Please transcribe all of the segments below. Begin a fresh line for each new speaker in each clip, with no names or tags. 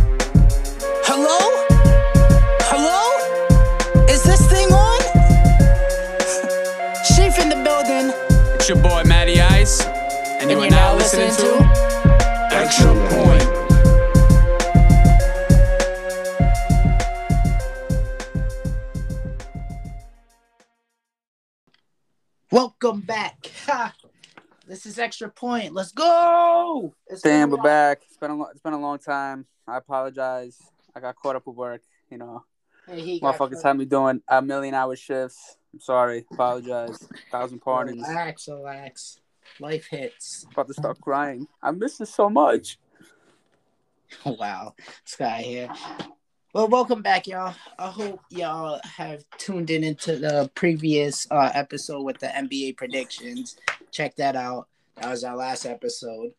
Welcome back. Ha. this is extra point. Let's go. It's
Damn,
been a
we're back. It's been a lo- it's been a long time. I apologize. I got caught up with work. You know,
while. Hey, he got
motherfuckers
cut.
had me doing a million hour shifts. I'm sorry. Apologize. Thousand pardons.
Relax, relax. Life hits.
About to start crying. I miss this so much.
Wow, this guy here. Well, welcome back, y'all. I hope y'all have tuned in into the previous uh, episode with the NBA predictions. Check that out. That was our last episode.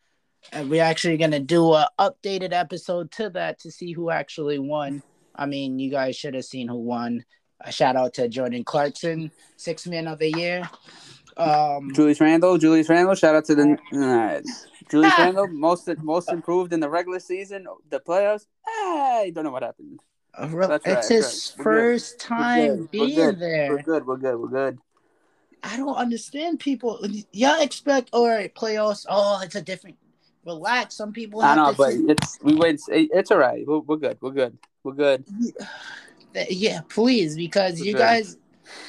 And we're actually going to do a updated episode to that to see who actually won. I mean, you guys should have seen who won. A shout out to Jordan Clarkson, six man of the year. Um,
Julius Randle. Julius Randle. Shout out to the. All right. Julius Randle. Most most improved in the regular season. The playoffs. I don't know what happened.
a real-
That's right,
it's his
right. We're good.
first
We're
time
good. We're
being
good.
there.
We're good. We're good. We're good.
I don't understand people. Y'all expect all right playoffs. Oh, it's a different. Relax. Some people.
I
Have
know,
to
but
see-
it's we went. It's all right. We're, we're good. We're good. We're good.
Th- yeah, please, because you
Okay.
guys,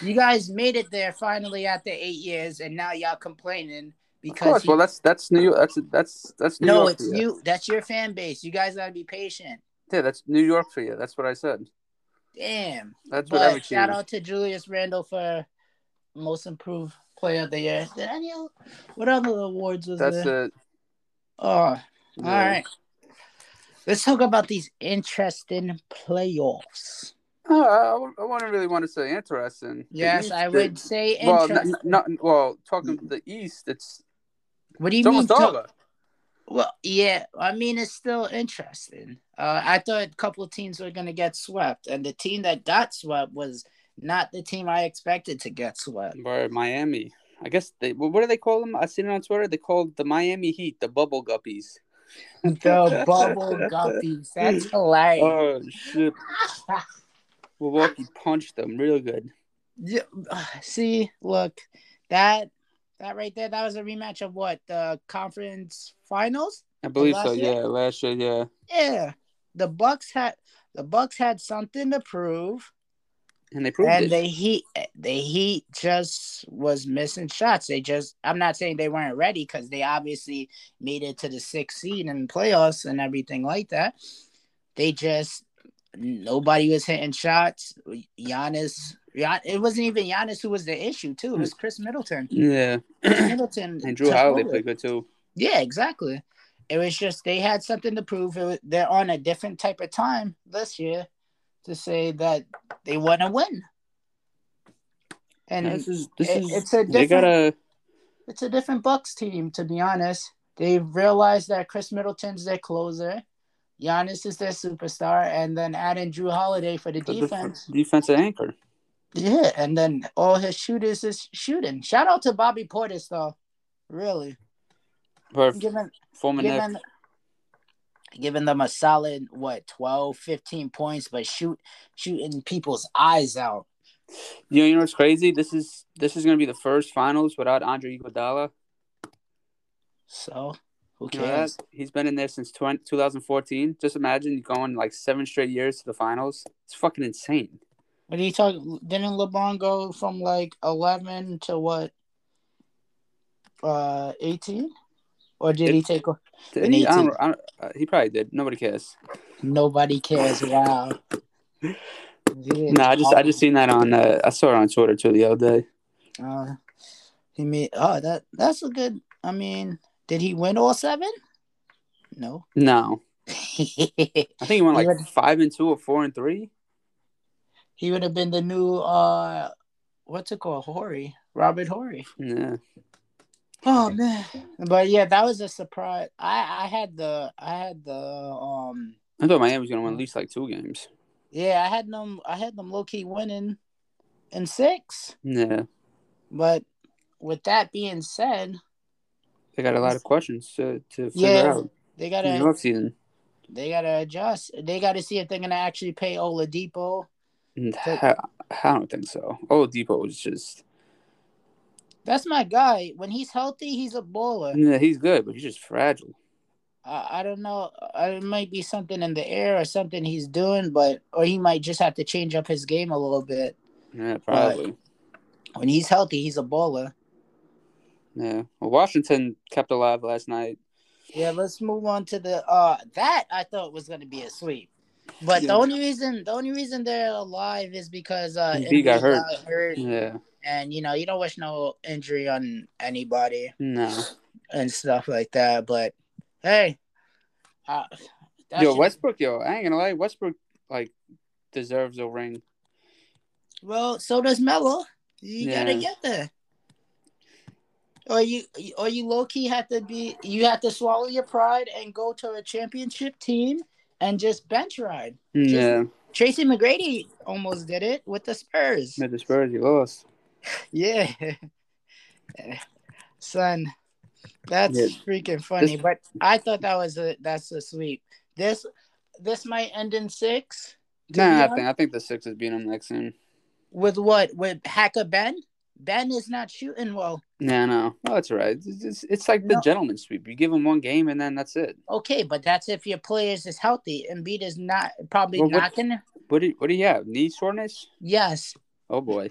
you guys made it there finally after eight years, and now y'all complaining
Of
because
course.
you-
Well, that's that's New York. That's that's that's New
no,
York.
it's
for you.
you. That's your fan base. You guys gotta be patient.
Yeah, that's New York for you. That's what I said.
Damn.
That's what I
But
was
shout
saying.
out to Julius Randle for most improved player of the year. Did any? o- What other awards was
That's
there?
the.
oh, All
yeah.
right. Let's talk about these interesting playoffs.
Uh, I, w- I wouldn't really want to say interesting. The
Yes,
East,
I
the-
would say
well,
interesting.
not, not well. Talking to the East, it's
what do you
it's
mean?
almost
to-
over.
well, yeah, I mean it's still interesting. Uh, I thought a couple of teams were gonna get swept, and the team that got swept was not the team I expected to get swept.
Or Miami. I guess they. wh- What do they call them? I seen it on Twitter. They called the Miami Heat the Bubble Guppies.
The bubble guppies. That's hilarious.
Oh shit! Milwaukee punched them real good.
Yeah, ugh, See, look, that that right there, that was a rematch of what the conference finals.
I believe so.
last year?
Yeah, last year. Yeah.
Yeah, the Bucks had the Bucks had something to prove,
And they proved it.
and the Heat the Heat just was missing shots. They just I'm not saying they weren't ready because they obviously made it to the sixth seed and playoffs and everything like that. They just nobody was hitting shots. Giannis, Gian, it wasn't even Giannis who was the issue too. It was Chris Middleton.
yeah.
Chris Middleton
Mm. And Drew
took
Holiday
over.
played good too.
Yeah, exactly. It was just they had something to prove. It was, they're on a different type of time this year to say that they want to win, and
Yeah, this is this
it-
is
it's a
they gotta
it's a different Bucks team to be honest. They realized that Chris Middleton's their closer, Giannis is their superstar, and then add in Drew Holiday for the
the def-
defense.
defensive anchor.
Yeah, and then all his shooters is shooting. Shout out to Bobby Portis though, really
Or
giving
former Nick.
giving, giving them a solid what 12 15 points but shoot shooting people's eyes out
You know, you know what's crazy? This is this is gonna be the first finals without Andre Iguodala.
so who
You know that?
cares
He's been in there since 20, 2014. Just imagine you going like seven straight years to the finals. It's fucking insane.
what are you talking didn't lebron go from like 11 to what uh 18 or did he take o-
And he, I
need
don't, I don't, uh, he probably did. Nobody cares.
nobody cares wow Yeah.
No, I just I just seen that on uh, I saw it on Twitter too the other day.
uh, he made oh that that's a good i mean did he win all seven no
No, I think he went
You
like
would-
five and two or four and three.
He would have been the new uh what's it called? Horry. Robert Horry.
Yeah,
Oh man. But yeah, that was a surprise. I I had the I had the um
I thought Miami was gonna win at least like two games.
yeah, I had them I had them low key winning in six.
Yeah,
But with that being said,
they got a lot of questions to to figure
Yeah,
out
they
in
gotta
the offseason.
they gotta adjust. They gotta see if they're gonna actually pay Oladipo.
And I, Mm, I don't think so. Old Depot was just
That's my guy. When he's healthy, he's a baller.
yeah, he's good, but he's just fragile.
I, I don't know. I, it might be something in the air or something he's doing, but or he might just have to change up his game a little bit.
Yeah, probably.
When he's healthy, he's a baller.
Yeah. Well, Washington kept alive last night.
Yeah, let's move on to the uh that I thought was gonna be a sweep. But the
Yeah.
only reason the only reason they're alive is because uh
Embiid got
Embiid
hurt.
hurt,
Yeah.
and you know, you don't wish no injury on anybody
No.
and stuff like that. But hey, uh, that
Yo,
shit-
Westbrook, yo, I ain't gonna lie, Westbrook like deserves a ring.
well, so does Melo. You gotta
Yeah.
get there. Or you, or you low key have to be, you have to swallow your pride and go to a championship team and just bench ride.
Yeah.
Tracy McGrady almost did it with the Spurs.
With the Spurs, you lost.
Yeah. Son, that's
Yeah.
freaking funny. But I thought that was a that's a sweep. This this might end in six
Nah,
Dion?
I think I think the Sixers beat him next in.
with what? With Hacker Ben? Ben is not shooting well.
Nah, no, no, that's all right. It's, it's, it's like the
No.
gentleman sweep. You give him one game and then that's it.
Okay, but that's if your players is healthy. Embiid is not probably
Well, what-
not gonna
What do you, what do you have? Knee soreness?
Yes.
Oh boy.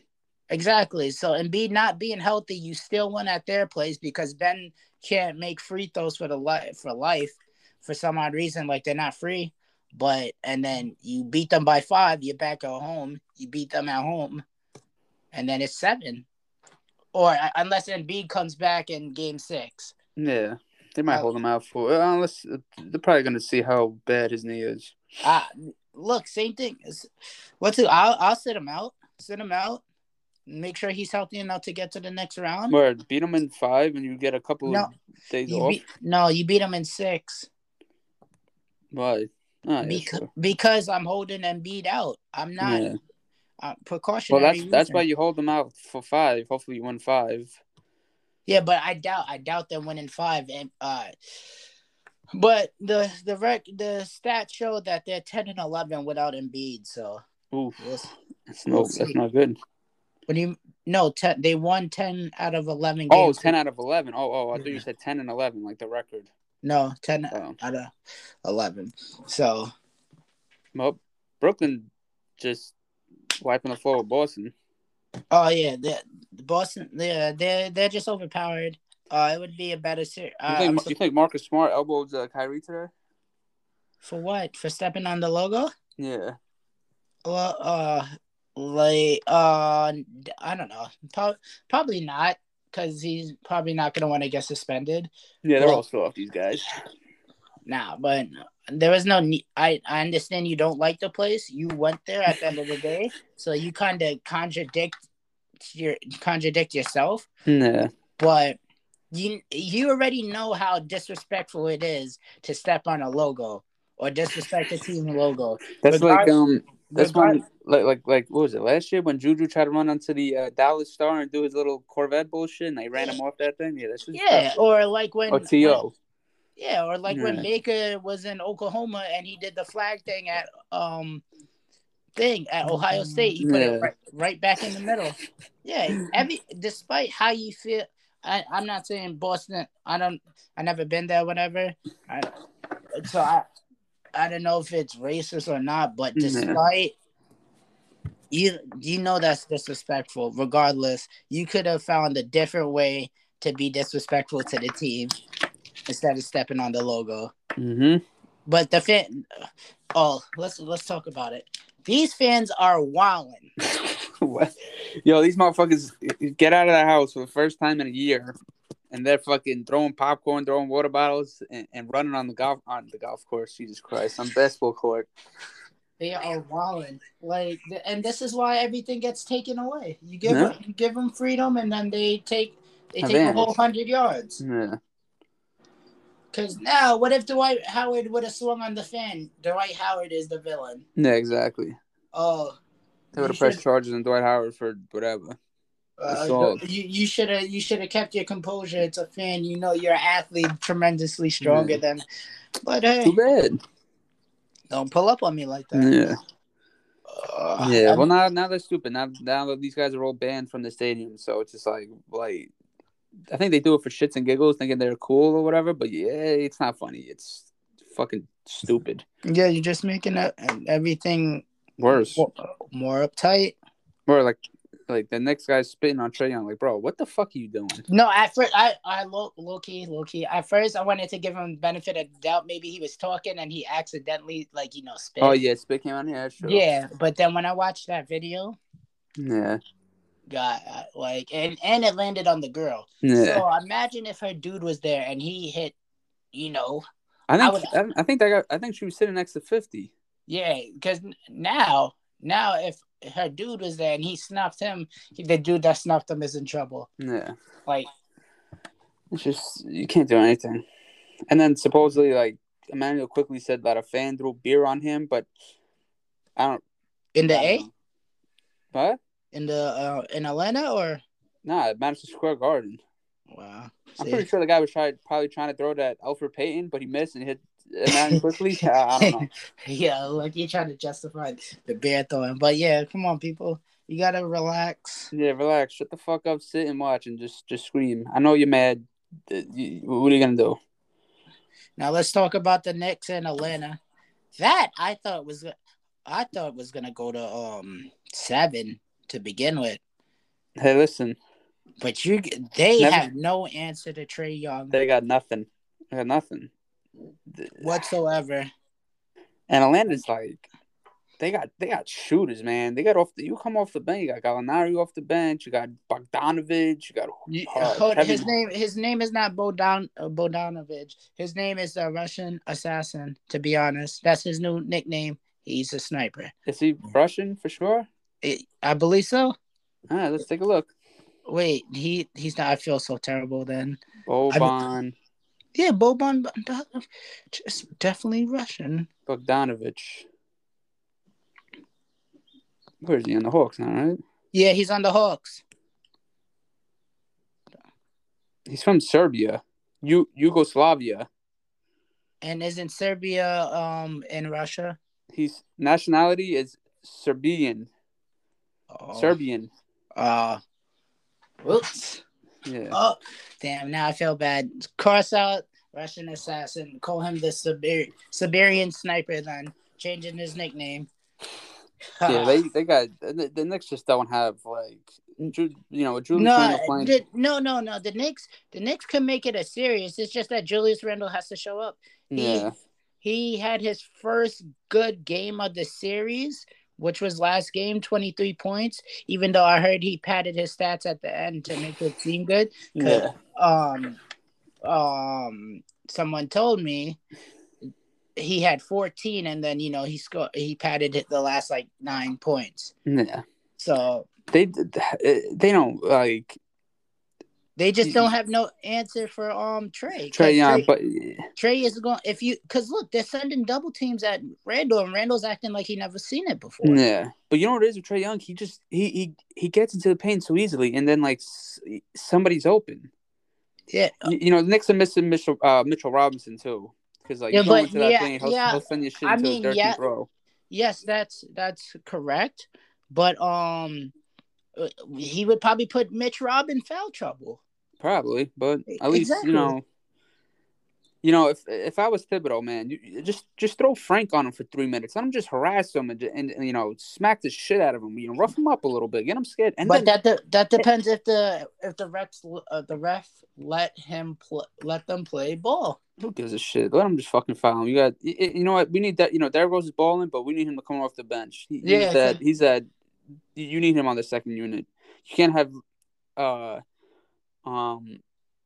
Exactly. So Embiid not being healthy, you still win at their place because Ben can't make free throws for the life for life for some odd reason, like they're not free. But and then you beat them by five, you're back at home. You beat them at home, and then it's seven, or uh, unless Embiid comes back in Game Six.
Yeah, they might
Uh,
hold him out for uh, unless they're probably gonna see how bad his knee is.
Uh, look, same thing. It's- What's it? I'll I'll sit him out. Sit him out. Make sure he's healthy enough to get to the next round.
Where beat him in five and you get a couple
Um, No,
of days
You
off.
beat, no, you beat him in six.
Why? Oh, yeah,
because,
sure.
because I'm holding Embiid out. I'm not
Yeah.
uh, precautionary.
Well, that's that's
reason.
why you hold them out for five. Hopefully, you win five.
Yeah, but I doubt I doubt them winning five. And uh, but the the rec the stats show that they're ten and eleven without Embiid. So
Oof,
we'll, s-
that's no,
We'll see.
that's not good.
what do you no? Ten, they won ten out of eleven.
Oh,
games.
10 out of eleven. Oh, oh, I thought
Yeah.
you said ten and eleven, like the record.
No, ten
Oh,
out of eleven. So
well, Brooklyn just wiping the floor with Boston.
oh yeah, the the Boston. Yeah, they're they're just overpowered. Uh, it would be a better series.
You
Uh, I'm
think
su-
you think Marcus Smart elbows uh, Kyrie today?
for what? For stepping on the logo?
Yeah.
Well, uh, like, uh, I don't know. Pro- probably not, because he's probably not gonna want to get suspended.
Yeah, they're
Well-
all soft. These guys.
Nah, but there was no. ne- I I understand you don't like the place. You went there at the end of the day, so you kind of contradict your contradict yourself.
Yeah.
But you you already know how disrespectful it is to step on a logo or disrespect the team logo.
That's like
Regard-
um. That's
Regard-
when like like like what was it last year when Juju tried to run onto the uh, Dallas Star and do his little Corvette bullshit and they ran him off that thing. Yeah, that's just Oh,
Yeah, or like when
Or T.O.
Yeah, or like
Yeah.
when Baker was in Oklahoma and he did the flag thing at um thing at Ohio State. He put
Yeah.
it right, right back in the middle. Yeah, every despite how you feel, I, I'm not saying Boston. I don't. I never been there, whatever. I, so I, I don't know if it's racist or not, but
Yeah.
despite. You you know that's disrespectful. Regardless, you could have found a different way to be disrespectful to the team instead of stepping on the logo.
Mm-hmm.
But the fan, oh, let's let's talk about it. These fans are wilding.
What? Yo, these motherfuckers eh, get out of the house for the first time in a year, and they're fucking throwing popcorn, throwing water bottles, and, and running on the golf on the golf course. Jesus Christ, on the basketball court.
They are wilding. Like, th- and this is why everything gets taken away. You give
Yeah.
you give them freedom, and then they take they take a
Advantage.
whole hundred yards.
Yeah.
Because now, what if Dwight Howard would have swung on the fan? Dwight Howard is the villain.
Yeah. Exactly.
Oh,
They would
You
have pressed
should-
charges on Dwight Howard for whatever.
uh,
Assault.
you you should have you should have kept your composure. It's a fan. You know you're an athlete, tremendously stronger
Yeah.
than. But hey,
Too bad.
don't pull up on me like that.
Yeah.
Ugh.
Yeah,
I'm-
well now now they're stupid. Now now that these guys are all banned from the stadium, so it's just like like I think they do it for shits and giggles, thinking they're cool or whatever. But yeah, it's not funny. It's fucking stupid.
yeah, you're just making e- everything
Worse,
more uptight.
or like like the next guy's spitting on Trey Young. Like, bro, what the fuck are you doing?
No, at first I, I low, low key, low key. At first I wanted to give him benefit of the doubt. Maybe he was talking and he accidentally, like you know, spit.
Oh yeah, spit came on. Yeah, sure.
Yeah, but then when I watched that video,
Yeah.
God, I- like, and and it landed on the girl.
Yeah.
So imagine if her dude was there and he hit, you know,
I think I,
I would-
I think that got, I think she was sitting next to fifty.
yeah, because now, now if her dude was there and he snuffed him, the dude that snuffed him is in trouble.
Yeah.
Like,
It's just you can't do anything. And then supposedly like Emmanuel quickly said that a fan threw beer on him, but I don't
in the
I
A,
don't know. What?
in the uh, in Atlanta, or
Nah, Madison Square Garden.
wow,
I'm
See?
pretty sure the guy was try, probably trying to throw that Alfred Payton, but he missed and hit Emmanuel quickly. I, I don't know.
yeah, like you're trying to justify the bear throwing, but yeah, come on, people, you gotta relax.
Yeah, relax. Shut the fuck up. Sit and watch and just just scream. I know you're mad. Uh, you- What are you gonna do?
Now let's talk about the Knicks in Atlanta. That I thought was, I thought was gonna go to um seven to begin with,
Hey, listen.
but you they
Never-
have no answer to Trey Young
They got nothing. They got nothing.
whatsoever.
And Atlanta's like, they got they got shooters, man. They got off. The, you come off the bench. You got Gallinari off the bench. You got Bogdanovich. You got uh,
Hold-
Kevin-
his name, his name is not Bodan uh, Bodanovich. His name is the Russian assassin. To be honest, that's his new nickname. He's a sniper.
Is he Russian for sure?
I I believe so.
All right, let's take a look.
Wait, he he's not. I feel so terrible then.
Boban
Yeah, Boban Bo- just definitely Russian.
Bogdanovich. Where is he in the Hawks now? Right?
Yeah, he's on the Hawks.
He's from Serbia, U- Yugoslavia.
And isn't Serbia um in Russia?
His nationality is Serbian.
Oh.
Serbian.
Uh, whoops.
Yeah.
Oh, damn. Now I feel bad. Cross out Russian assassin. Call him the Sibir- Siberian sniper. Then changing his nickname.
Yeah, they, they got the, the Knicks just don't have like Ju- you know Julius
No,
Randle playing.
the, no, no, no. The Knicks, the Knicks can make it a series. It's just that Julius Randle has to show up.
yeah,
He had his first good game of the series, which was last game, 23 points, even though I heard he padded his stats at the end to make it seem good.
yeah,
Um um someone told me he had 14 and then you know he scored he padded it the last like 9 points.
yeah.
So
They eh, they don't like
they just don't have no answer for um Trey. 'Cause
Trey Young, but
Trey is going if you because look they're sending double teams at Randall and Randall's acting like he never seen it before.
yeah. But you know what it is with Trey Young? He just he he he gets into the paint so easily, and then like s- somebody's open.
Yeah,
You, you know, the Knicks are missing Mitchell uh, Mitchell Robinson too, because like
Yeah,
you go
but
into that
yeah,
thing, he'll,
yeah.
he'll send your shit
I
into
mean,
the 13th
yeah.
row.
yes, that's that's correct, but um, uh, he would probably put Mitch Rob in foul trouble.
Probably, but at least
E, Exactly.
you know. You know, if if I was Thibodeau, man, you, you just just throw Frank on him for three minutes. Let him just harass him and, ju- and, and, you know smack the shit out of him. You know, rough him up a little bit, get him scared. And
but
then,
that de- that depends if the if the refs l- uh, the ref let him pl- let them play ball.
who gives a shit? Let him just fucking foul him. You got, you, you know what? We need that. You know, Derrick Rose is balling, but we need him to come off the bench. He,
Yeah,
he's that. He's that. You need him on the second unit. You can't have, uh, um,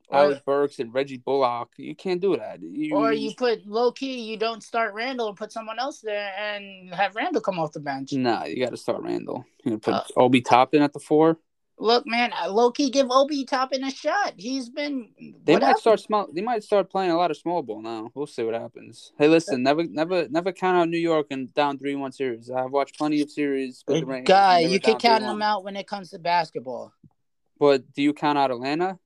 Or-
Alex Burks and Reggie Bullock. You can't do that. You,
Or you put low key, you don't start Randall and put someone else there and have Randall come off the bench.
Nah, you got to start Randall. You put
Uh,
Obi Toppin at the four.
Look, man, low key give Obi Toppin a shot. He's been
They
what
might
happened?
start small. They might start playing a lot of small ball now. We'll see what happens. Hey, listen, never, never, never count out New York and down three one series. I've watched plenty of series. with the Rangers,
guy.
and they
You
were
can
down
count
3-1.
them out when it comes to basketball.
But do you count out Atlanta?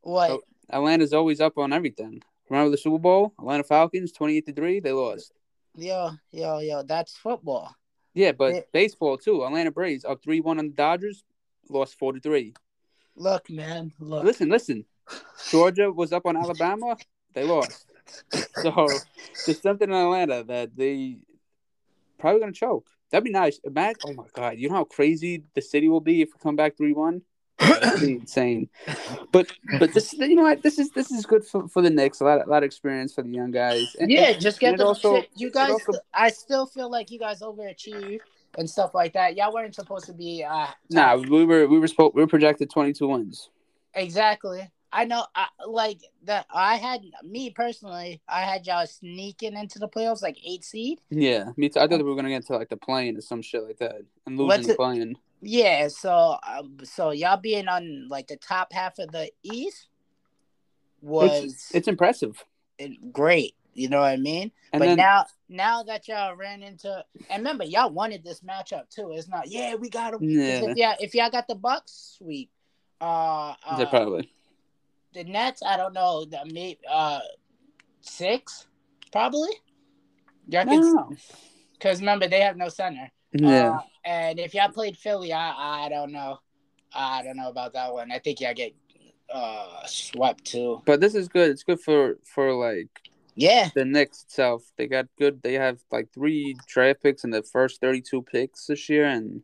What?
Oh. Atlanta's always up on everything. Remember the Super Bowl? Atlanta Falcons, twenty eight to three. They lost.
Yo, yo, yo, that's football.
Yeah, but
Yeah.
baseball too. Atlanta Braves up three one on the Dodgers. Lost four to three.
Look, man, look.
Listen, listen. Georgia was up on Alabama. They lost. So there's something in Atlanta that they probably gonna choke. That'd be nice. Imagine, oh my god, you know how crazy the city will be if we come back three one. insane. But but this you know what this is this is good for, for the Knicks. A lot a lot of experience for the young guys. And-
yeah, just get
it
the
also-
you guys.
also-
I still feel like you guys overachieved and stuff like that. Y'all weren't supposed to be. Uh,
Nah, we were we were spo- we were projected twenty two wins.
exactly. I know. I, like that. I had me personally. I had y'all sneaking into the playoffs, like eight seed.
Yeah, me too. I thought we were gonna get to like the plane or some shit like that and losing
What's
the
it-
plane.
Yeah. So um, so y'all being on like the top half of the East was
It's impressive.
great. You know what I mean?
And
but
then
now, now that y'all ran into, and remember, y'all wanted this matchup too. It's not, yeah, we got them.
yeah,
If y'all, if y'all got the Bucks sweep, uh,
they
uh
probably
the Nets, I don't know, the maybe uh, six, probably. Y'all could,
no.
because remember they have no center.
yeah.
Uh, and if y'all played Philly, I, I don't know, I don't know about that one. I think y'all get uh swept too.
But this is good. It's good for for like
Yeah,
the Knicks itself. They got good. They have like three draft picks in the first thirty two picks this year, and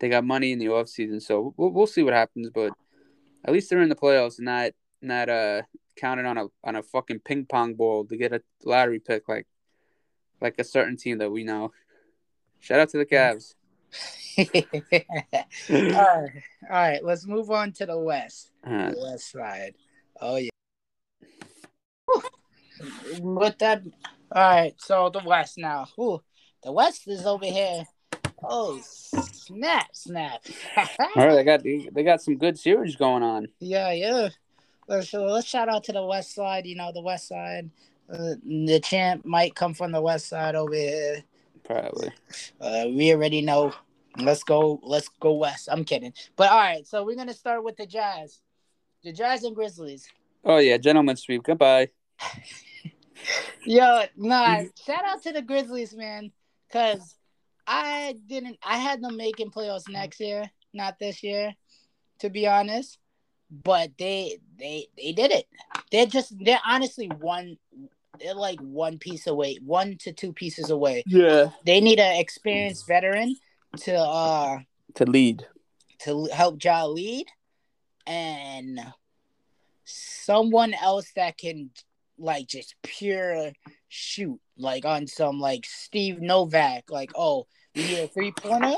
they got money in the offseason. So we'll, we'll see what happens. But at least they're in the playoffs, and not not uh counting on a on a fucking ping pong ball to get a lottery pick like like a certain team that we know. Shout out to the Cavs.
all right, all right. Let's move on to the West.
Uh,
The West Side. Oh yeah. Whew. With that, all right. So the West now. Whew. The West is over here. Oh snap, snap.
all right, they got they got some good series going on.
yeah, yeah. Let's so let's shout out to the West Side. You know the West Side. Uh, the champ might come from the West Side over here.
Probably.
Uh, we already know. Let's go. Let's go west. I'm kidding. But all right. So we're gonna start with the Jazz, the Jazz and Grizzlies.
Oh yeah, gentlemen sweep. Goodbye.
Yo, nah. shout out to the Grizzlies, man. Cause I didn't. I had them making playoffs next year, not this year, to be honest. But they they they did it. They're just they're honestly one. They're like one piece away, one to two pieces away.
Yeah.
They need an experienced veteran to uh
To lead.
to l- help Ja lead and someone else that can like just pure shoot like on some like Steve Novak like oh we need a three pointer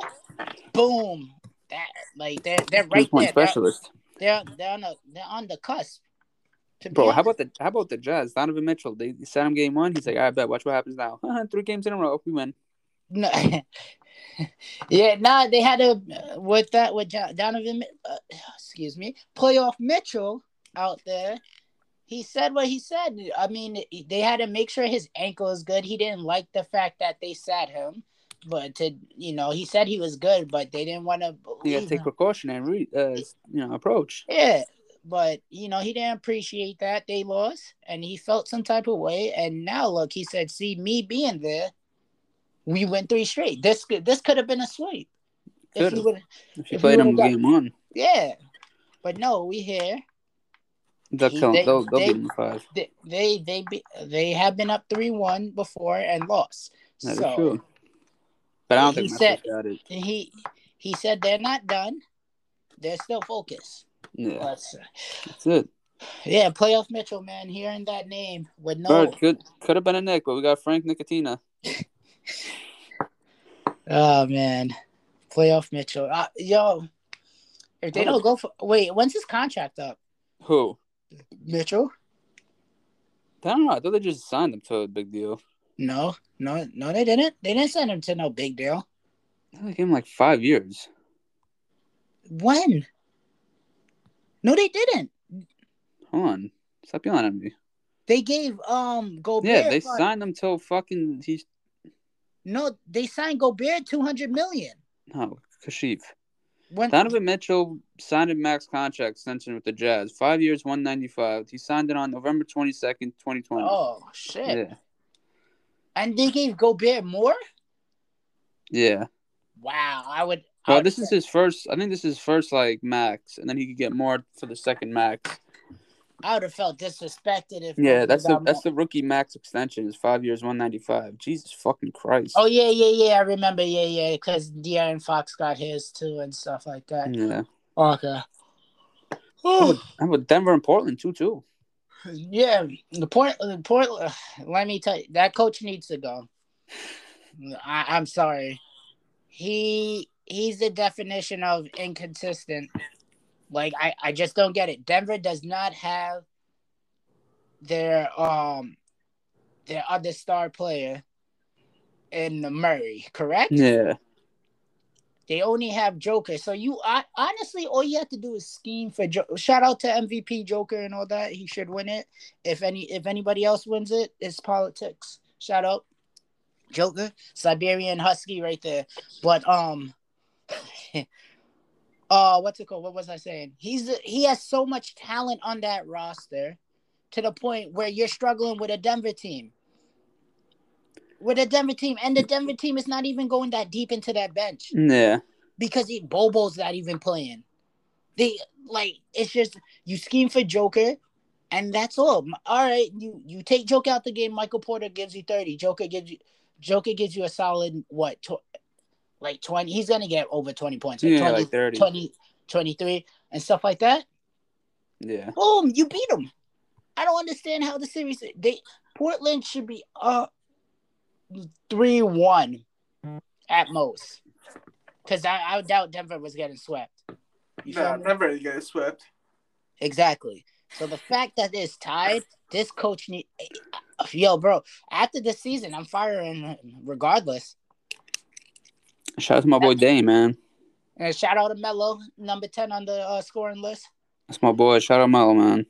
boom that like they're they're
Three
right
point
there They're-
specialist.
they're they're on the they're on the cusp to be
Bro, how
honest.
about the how about the Jazz? Donovan Mitchell. They, they sat him game one. He's like, I bet. Watch what happens now. Three games in a row, we win.
No. yeah, nah, they had a with that with Jo- Donovan. Mi- Uh, excuse me, playoff Mitchell out there. He said what he said. I mean, they had to make sure his ankle is good. He didn't like the fact that they sat him, but to you know, he said he was good, but they didn't want to
You
believe.
gotta take
him.
precaution and re, uh, you know approach.
Yeah, but you know, he didn't appreciate that they lost, and he felt some type of way. And now look, he said, "See, me being there, we went three straight. This could this could have been a sweep." If
Could've.
you would,
If you
If
played
we
him
would've
game one,
yeah, but no, we here.
they'll kill
They-
him. They'll, they'll
they-
beat him in five.
They they they, be, they have been up three one before and lost.
That's
so
true. But I don't
he
think
said-
Memphis got it.
he he said they're not done. They're still focused.
Yeah,
But,
that's it.
yeah, playoff Mitchell, man, hearing that name with no.
Bird could could have been a Nick, but we got Frank Nicotina.
Oh man, playoff Mitchell. Uh, yo, if they
Oh.
don't go for wait, when's his contract up,
Who?
Mitchell?
I don't know. I thought they just signed him to a big deal.
No, no, no, they didn't. They didn't send him to no big deal.
I think they gave him like five years.
When? No, they didn't.
Hold on, stop yelling at me.
They gave um Gobert.
Yeah, they
like-
signed him till fucking he's
No, they signed Gobert two hundred million.
no Kashif.
When
Donovan Mitchell signed a max contract extension with the Jazz, five years, one ninety five. He signed it on November twenty second, twenty twenty.
oh shit!
yeah,
And they gave Gobert more.
yeah.
Wow, I would. I
Well,
would
this is
say-
his first. I think this is his first like max, and then he could get more for the second max.
I would have felt disrespected if
Yeah, that's the
without
that's the rookie max extension. Is five years, one ninety five. Jesus fucking Christ.
Oh yeah, yeah, yeah. I remember. Yeah, yeah. Because De'Aaron Fox got his too and stuff like that.
yeah.
Okay. Oh
And with Denver and Portland too, too.
yeah, the Port, the Port. Let me tell you, that coach needs to go. I, I'm sorry. He he's the definition of inconsistent. Like I, I just don't get it. Denver does not have their um their other star player in Murray, correct?
Yeah,
They only have Joker. So you I, honestly, all you have to do is scheme for jo- shout out to MVP Joker and all that. He should win it. If any if anybody else wins it, it's politics. Shout out Joker, Siberian Husky right there. But um uh what's it called? What was I saying? He's he has so much talent on that roster to the point where you're struggling with a Denver team. With a Denver team, and the Denver team is not even going that deep into that bench
yeah.
because he, Bobo's not even playing. They like it's just you scheme for Joker, and that's all. M- All right, you you take Joker out the game. Michael Porter gives you thirty. Joker gives you Joker gives you a solid what tw- like twenty. He's gonna get over twenty points. Like
Yeah,
20,
like 30.
20, 23 and stuff like that.
Yeah,
Boom, you beat them. I don't understand how the series they Portland should be up three one at most. Cause I, I doubt Denver was getting swept. You feel
Nah,
me?
Denver ain't getting swept.
Exactly. So the fact that it's tied, this coach need yo, bro, after this season I'm firing him regardless.
shout out to my boy Dame, man.
And shout out to Melo, number ten on the uh, scoring list.
That's my boy. Shout out Melo, man.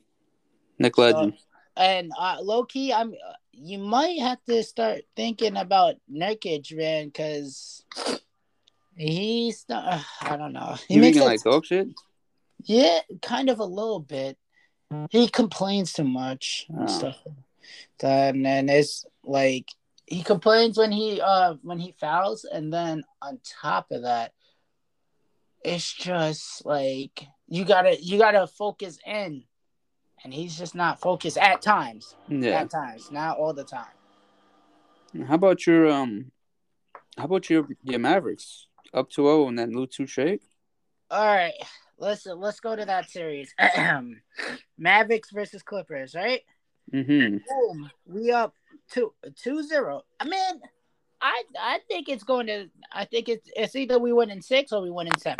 Nick Legend.
And uh, low key, I'm. Uh, you might have to start thinking about Nurkic, man, because he's not. Uh, I don't know. He
you
makes
making
that-
like dog shit?
yeah, kind of a little bit. He complains too much and
Oh.
stuff. Then and it's like he complains when he uh when he fouls, and then on top of that, it's just like you gotta you gotta focus in, and he's just not focused at times.
Yeah.
At times, not all the time.
How about your um? How about your your Mavericks up 2-0 and then Lou two oh shake?
All right, let's let's go to that series. Mavericks versus Clippers, right?
Mm-hmm.
Boom, we up two two zero. I mean, I I think it's going to. I think it's it's either we win in six or we win in seven.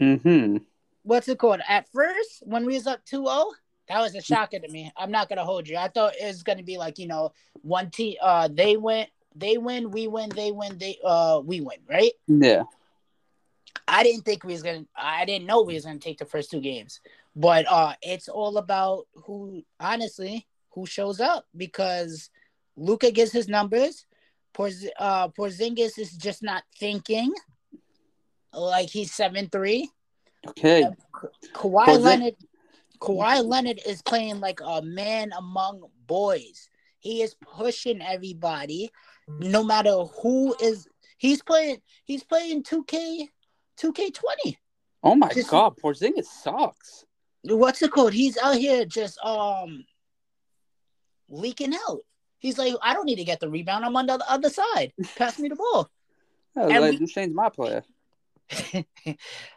Mm-hmm.
What's it called? At first, when we was up 2-0, that was a shocker to me. I'm not gonna hold you. I thought it was gonna be like you know one team. Uh, they win, they win, we win, they win, they uh we win, right?
Yeah.
I didn't think we was gonna. I didn't know we was gonna take the first two games, but uh, it's all about who, honestly, who shows up because Luca gets his numbers. Porz, uh, Porzingis is just not thinking. Like he's seven three.
Okay.
Kawhi
Porzing-
Leonard. Kawhi Leonard is playing like a man among boys. He is pushing everybody, no matter who is. He's playing. He's playing two K, two K twenty.
Oh my
Just-
God, Porzingis sucks.
what's it called? He's out here just um leaking out. He's like, I don't need to get the rebound. I'm on the other side. Pass me the ball.
Yeah,
And
like
we-
Duchesne's my player.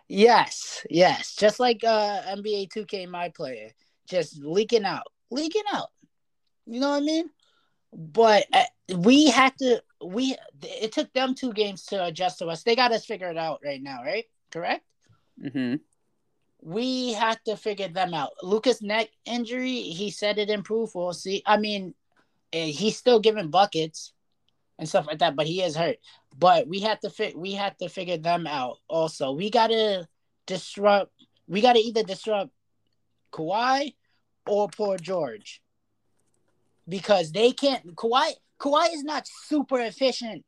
yes, yes. Just like uh NBA 2K my player. Just leaking out. Leaking out. You know what I mean? But uh, we have to we it took them two games to adjust to us. They got us figured out right now, right? Correct?
Mm-hmm.
we have to figure them out. Lucas neck injury, he said it improved. We'll see. I mean, eh, he's still giving buckets and stuff like that, but he is hurt. But we have to fit. We have to figure them out. Also, we gotta disrupt. We gotta either disrupt Kawhi or poor George because they can't. Kawhi Kawhi is not super efficient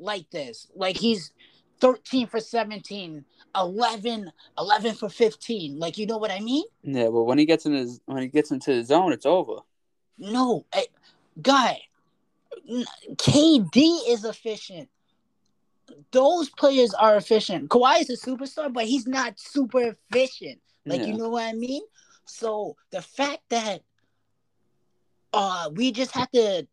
like this. Like he's thirteen for 17, 11 11 for 15. Like, you know what I mean?
Yeah, but when he gets in his when he gets into the zone, it's over.
No, I, guy, n- KD is efficient. Those players are efficient. Kawhi is a superstar, but he's not super efficient. Like,
yeah.
you know what I mean? So the fact that uh we just have to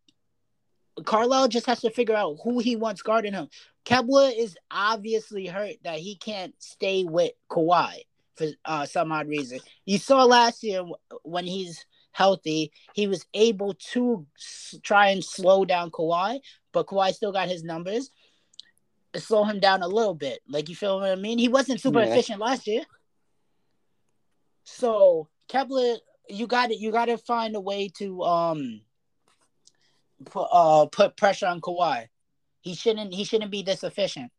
Carlisle just has to figure out who he wants guarding him. Kepler is obviously hurt that he can't stay with Kawhi for uh, some odd reason. You saw last year w- when he's healthy, he was able to s- try and slow down Kawhi, but Kawhi still got his numbers. Slow him down a little bit. Like, you feel what I mean? He wasn't super
Yeah.
efficient last year. So, Kepler, you got to You got to find a way to um put uh put pressure on Kawhi. He shouldn't he shouldn't be this efficient.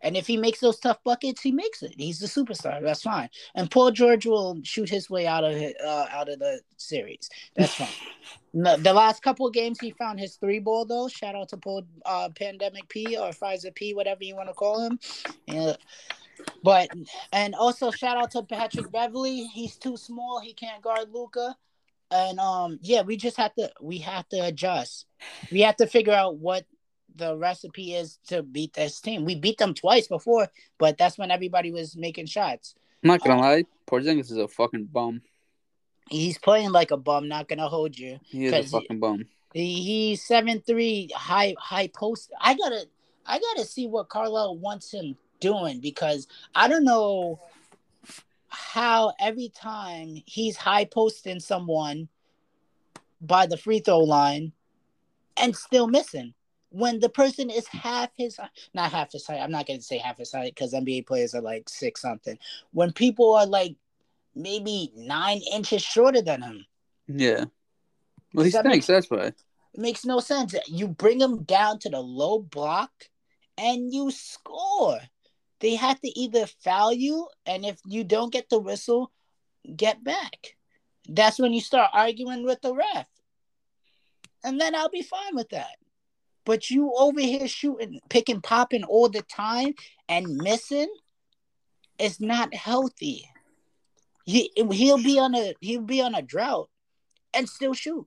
And if he makes those tough buckets, he makes it. He's the superstar. That's fine. And Paul George will shoot his way out of it, uh, out of the series. That's fine. no, the last couple of games, he found his three ball though. Shout out to Paul uh, Pandemic P or Pfizer P, whatever you want to call him. Yeah. But and also shout out to Patrick Beverly. He's too small. He can't guard Luca. And um, yeah, we just have to we have to adjust. We have to figure out what the recipe is to beat this team. We beat them twice before, but that's when everybody was making shots.
I'm not gonna lie, Porzingis is a fucking bum.
He's playing like a bum. Not gonna hold you.
He is a
Cause he-
fucking bum.
He- He's seven three high high post. I gotta I gotta see what Carlisle wants him doing because I don't know how every time he's high posting someone by the free throw line and still missing when the person is half his not half his height. I'm not gonna say half his height because NBA players are like six something. When people are like maybe nine inches shorter than him.
Yeah. Well, he
Does that
stinks. That's why.
It makes no sense. You bring them down to the low block and you score. They have to either foul you, and if you don't get the whistle, get back. That's when you start arguing with the ref. And then I'll be fine with that. But you over here shooting, picking, popping all the time and missing is not healthy. He, he'll be on a he'll be on a drought and still shoot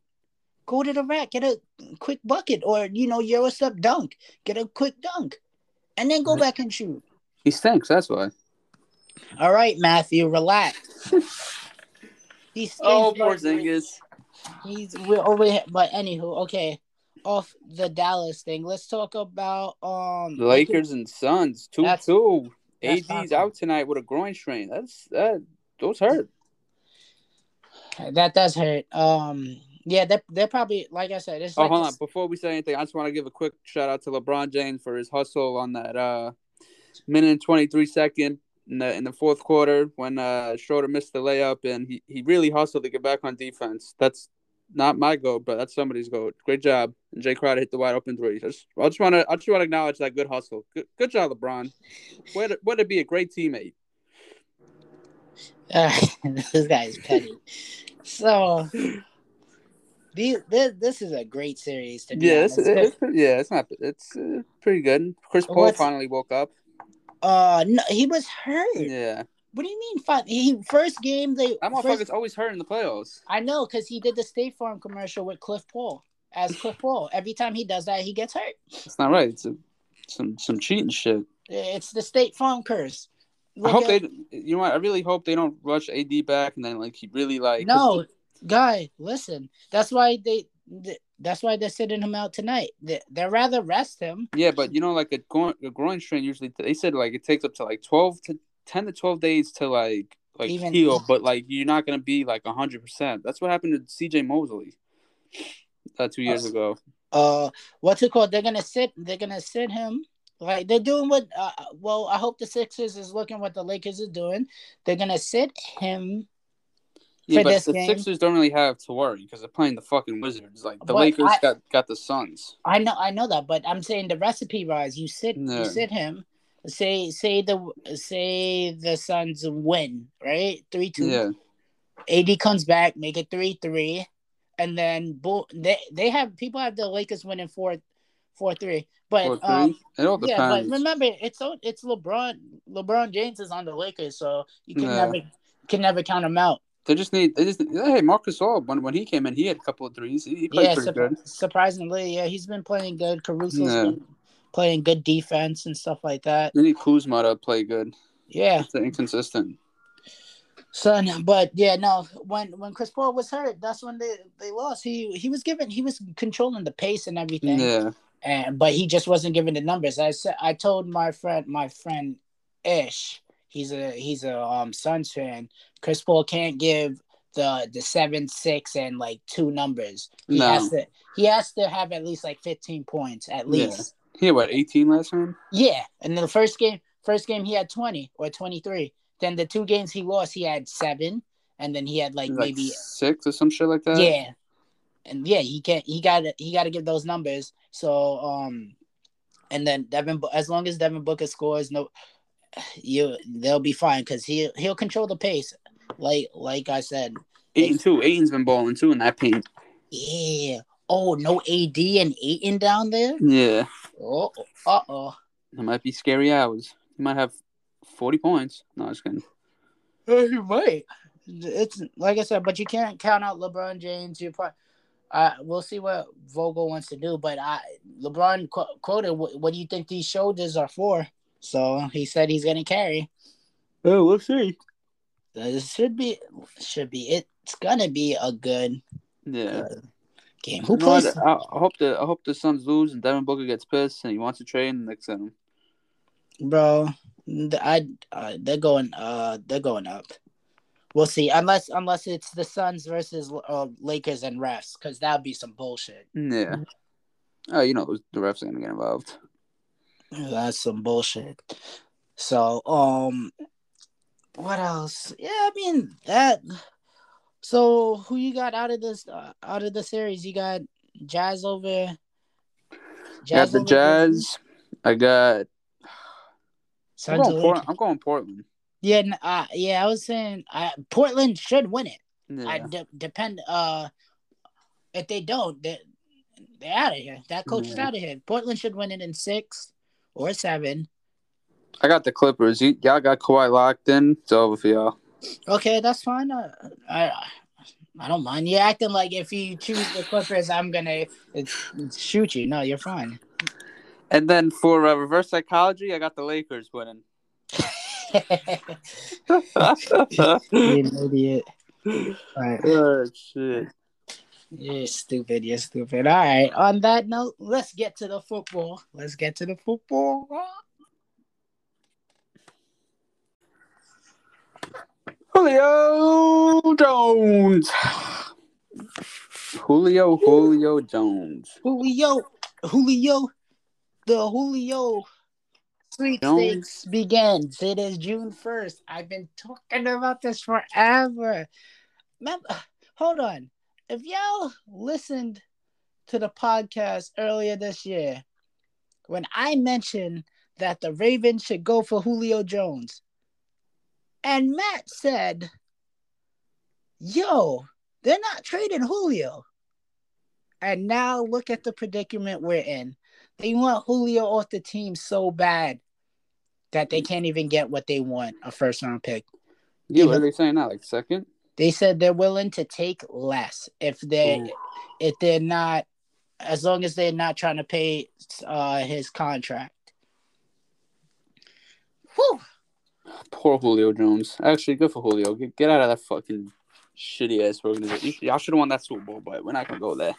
go to the rack, get a quick bucket, or you know, Euro step dunk, get a quick dunk, and then go back and shoot.
He stinks. That's why.
All right, Matthew, relax. He stinks,
Oh,
but
Porzingis.
He's we're over here, but anywho, okay. Off the Dallas thing, let's talk about um
The Lakers and Suns. Two
That's-
two.
that's
AD's
not-
out tonight with a groin strain. That's that. Those hurt.
That does hurt. Um, yeah, they're, they're probably like I said. It's
Oh,
like
hold on. Before we say anything, I just want to give a quick shout out to LeBron James for his hustle on that uh, minute and twenty three second in the in the fourth quarter when uh, Schroeder missed the layup, and he, he really hustled to get back on defense. That's not my goal, but that's somebody's goal. Great job, and Jay Crowder hit the wide open three. I just, I just want to I just want to acknowledge that good hustle. Good, good job, LeBron. Way to, way to be a great teammate.
this guy's petty. so these, this this is a great series to be
Yeah, it's,
honest.
it's, yeah, it's not it's uh, pretty good. Chris Paul
What's-
finally woke up.
Uh, no, he was hurt.
Yeah,
What do you mean? Fun? He first game they.
that
first-
motherfucker's always hurt in the playoffs.
I know because he did the State Farm commercial with Cliff Paul as Cliff Paul. Every time he does that, he gets hurt.
It's not right. It's a, some some cheating shit.
It's the State Farm curse.
I hope
Look
they.
at-
You know what? I really hope they don't rush AD back and then like he really like.
no, guy, listen. That's why they. th- That's why they're sitting him out tonight. They they rather rest him.
Yeah, but you know, like a groin, a groin strain usually they said like it takes up to like twelve to ten to twelve days to like like
Even-
heal, but like you're not gonna be like hundred percent. That's what happened to C.J. Mosley uh, two years ago.
uh what's it called? They're gonna sit. They're gonna sit him. Like they're doing what? Uh, well, I hope the Sixers is looking what the Lakers is doing. They're gonna sit him.
Yeah,
For
but
this
the
game.
Sixers don't really have to worry because they're playing the fucking Wizards. Like the
But
Lakers
I-
got got the Suns.
I know, I know that, but I'm saying the recipe wise, you sit,
No.
you sit him. Say, say the, say the Suns win, right? Three two.
Yeah,
AD comes back, make it three three, and then bull. They they have people have the Lakers winning four, four three. But
or three.
um,
it all
yeah, but
depends.
remember, it's so it's LeBron. LeBron James is on the Lakers, so you can
Yeah.
never can never count him out.
They just need. They just hey Marcus All when when he came in he had a couple of threes. He, he played
Yeah,
pretty
surp-
good.
surprisingly, yeah, he's been playing good. Caruso's
Yeah.
been playing good defense and stuff like that.
They need Kuzma to play good.
Yeah.
It's inconsistent.
Son, but yeah, no. When when Chris Paul was hurt, that's when they, they lost. He he was giving he was controlling the pace and everything.
Yeah.
And but he just wasn't giving the numbers. I said I told my friend my friend Ish, he's a he's a um Suns fan. Chris Paul can't give the the seven six and like two numbers. He
No.
has to he has to have at least like fifteen points at
Yeah.
least.
He had, what, 18 last time?
Yeah. And then the first game first game he had twenty or twenty three. Then the two games he lost he had seven and then he had like,
Like,
maybe
six or some shit like that?
yeah. And yeah, he can't he gotta he gotta give those numbers. So um and then Devin Bu- as long as Devin Booker scores no you they'll be fine because he he'll control the pace. Like like I said,
Eight and two. Aiden's been balling too in that paint.
Yeah. Oh, no AD and Aiton down there?
Yeah.
Oh, uh oh.
It might be scary hours. He might have 40 points. No, I'm just kidding.
Hey, right. It's like I said, but you can't count out LeBron James. You probably, uh, we'll see what Vogel wants to do. But I, LeBron qu- quoted, what, "What do you think these shoulders are for?" So he said he's gonna carry.
Oh, we'll see.
This should be, should be. It's gonna be a good
Yeah.
game. Who
You know what?
plays?
I, I hope the I hope the Suns lose and Devin Booker gets pissed and he wants to trade and next him.
bro. th- I uh, they're going uh they're going up. We'll see unless unless it's the Suns versus uh, Lakers and refs because that'd be some bullshit.
Yeah.
Mm-hmm.
Oh, you know the refs are gonna get involved.
That's some bullshit. So um, what else? Yeah, I mean that. So who you got out of this uh, out of the series? You got Jazz over.
got the
over-
Jazz. I got. I'm
Suns
going,
over-
Portland. I'm going Portland.
Yeah, n- uh, yeah. I was saying uh, Portland should win it.
Yeah.
I de- depend. Uh, if they don't, they they're out of here. That coach is
Yeah.
out of here. Portland should win it in six or seven.
I got the Clippers. You, y'all got Kawhi locked in. It's over for y'all.
Okay, that's fine. Uh, I I don't mind you acting like if you choose the Clippers, I'm gonna it's- shoot you. No, you're fine.
And then for uh, reverse psychology, I got the Lakers winning.
you idiot. All right.
oh shit!
You're stupid. You're stupid. All right. On that note, let's get to the football. Let's get to the football.
Julio Jones. Julio Julio Jones.
Julio, Julio, the Julio sweepstakes begins. It is June first. I've been talking about this forever. Mem- hold on. If y'all listened to the podcast earlier this year, when I mentioned that the Ravens should go for Julio Jones, and Matt said, "Yo, they're not trading Julio." And now look at the predicament we're in. They want Julio off the team so bad that they can't even get what they want a first round pick.
Yeah, what are they saying now? Like second?
They said they're willing to take less if they
Ooh.
if they're not as long as they're not trying to pay uh, his contract. Whew.
Poor Julio Jones. Actually, good for Julio. Get, get out of that fucking shitty ass organization. Y'all should have won that Super Bowl, but we're not gonna go there.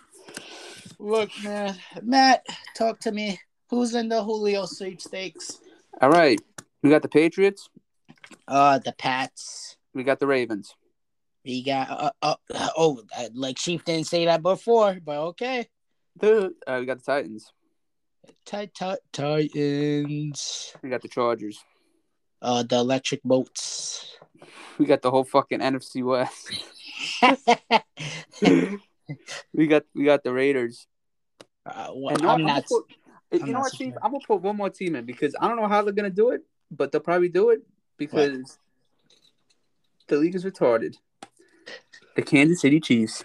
Look, man, Matt, talk to me. Who's in the Julio sweepstakes?
All right, we got the Patriots.
Uh, the Pats.
We got the Ravens.
We got uh, uh, oh, uh, like Chief didn't say that before, but okay.
The uh, we got the Titans.
Tight, tight, Titans.
We got the Chargers.
Uh, the electric boats.
We got the whole fucking NFC West.
Uh,
we got we got the Raiders.
Uh, well,
And you know
I'm
what?
not.
gonna put- you
I'm
know
not
what, Chief?
surprised.
I'm gonna put one more team in because I don't know how they're gonna do it, but they'll probably do it because the league is retarded. The Kansas City Chiefs.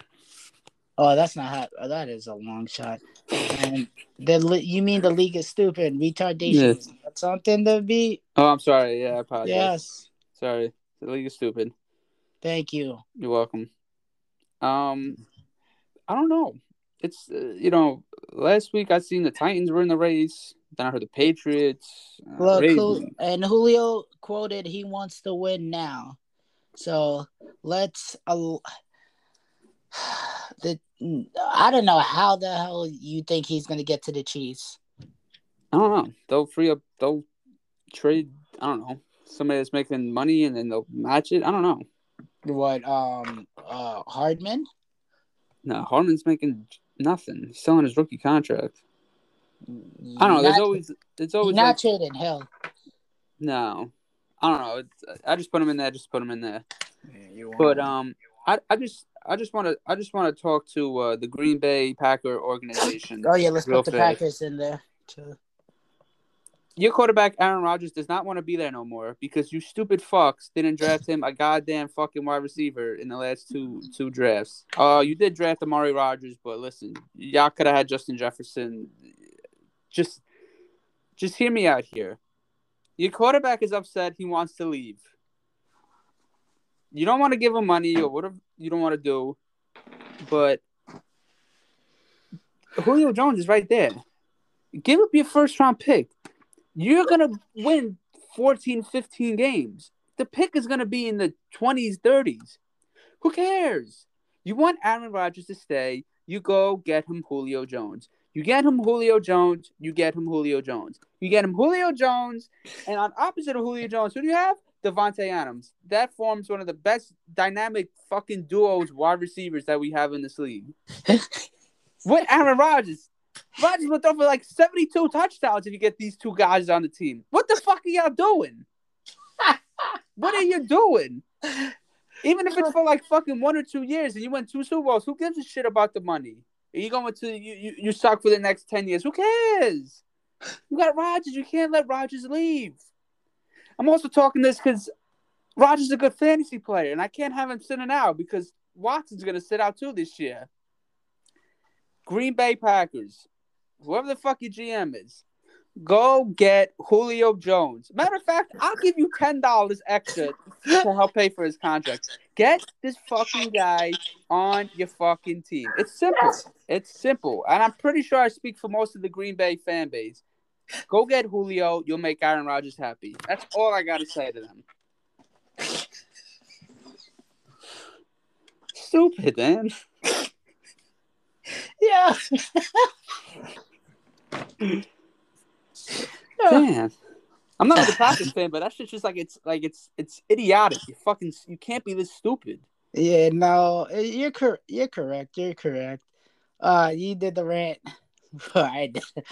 Oh, that's not hot. Oh, that is a long shot. And the li- you mean the league is stupid? Retardation.
Yes.
That's something to be.
Oh, I'm sorry. Yeah, I apologize.
Yes.
Sorry, the league is stupid.
Thank you.
You're welcome. Um, I don't know. It's uh, you know, last week I seen the Titans were in the race. Then I heard the Patriots. uh,
Look,
Ravens.
Jul- and Julio quoted he wants to win now. So let's. Uh, the I don't know how the hell you think he's going to get to the Chiefs.
I don't know. They'll free up. They'll trade. I don't know somebody that's making money, and then they'll match it. I don't know.
What um uh Hardman?
No, Hardman's making nothing. He's still on his rookie contract. I don't know. There's
Not-
always there's
You're
always
not
like,
trading Hill.
no. I don't know. It's, I just put him in there. Just put him in there.
you
But um, I, I just I just want to I just want to talk to uh, the Green Bay Packer organization.
oh yeah, let's
real
put the
fast.
Packers in there too.
Your quarterback Aaron Rodgers does not want to be there no more because you stupid fucks didn't draft him a goddamn fucking wide receiver in the last two two drafts. Uh, you did draft Amari Rodgers, but listen, y'all could have had Justin Jefferson. Just, just hear me out here. Your quarterback is upset. He wants to leave. You don't want to give him money or whatever you don't want to do, but Julio Jones is right there. Give up your first round pick you're going to win 14, 15 games. The pick is going to be in the 20s, 30s. Who cares? You want Aaron Rodgers to stay, you go get him Julio Jones. You get him Julio Jones, you get him Julio Jones. You get him Julio Jones, and on opposite of Julio Jones, who do you have? Devontae Adams. That forms one of the best dynamic fucking duos wide receivers that we have in this league. With Aaron Rodgers. Rodgers will throw for like 72 touchdowns if you get these two guys on the team. What the fuck are y'all doing? what are you doing? Even if it's for like fucking one or two years and you win two Super Bowls, who gives a shit about the money? Are you going to you, you, you suck for the next 10 years? Who cares? You got Rodgers. You can't let Rodgers leave. I'm also talking this because Rodgers is a good fantasy player, and I can't have him sitting out because Watson's going to sit out too this year. Green Bay Packers, whoever the fuck your GM is, go get Julio Jones. Matter of fact, I'll give you ten dollars extra to help pay for his contract. Get this fucking guy on your fucking team. It's simple. It's simple, and I'm pretty sure I speak for most of the Green Bay fan base. Go get Julio. You'll make Aaron Rodgers happy. That's all I gotta say to them. Stupid, man.
Yeah.
Damn. I'm not like a Packers fan, but that shit's just like it's like it's it's idiotic. You fucking you can't be this stupid.
Yeah, no, eh, you're cor- you're correct. You're correct. Uh, you did the rant. I did.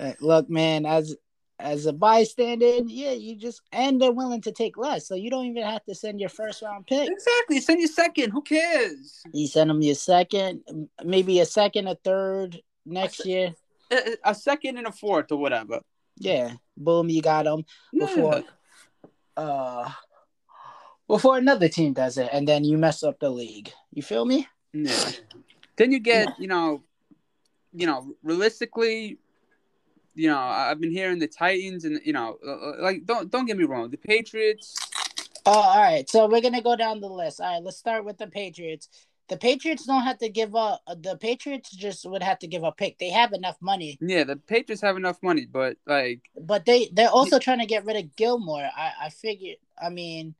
Uh, Look, man, as as a bystander, yeah, you just and they're willing to take less, so you don't even have to send your first round pick.
Exactly. Send your second. Who cares?
You send them your second, m- maybe a second, a third next year.
A, a second and a fourth or whatever.
Yeah, boom, you got them before
Yeah.
uh before another team does it, and then you mess up the league. You feel me?
Yeah. Then you get, you know, you know, realistically, you know, I- I've been hearing the Titans and you know, uh, like don't don't get me wrong, the Patriots.
Oh, all right. So we're gonna go down the list. All right, let's start with the Patriots. The Patriots don't have to give up. The Patriots just would have to give a pick. They have enough money,
Yeah, the Patriots have enough money, but like
but they they're also trying to get rid of Gilmore. I I figured. I mean,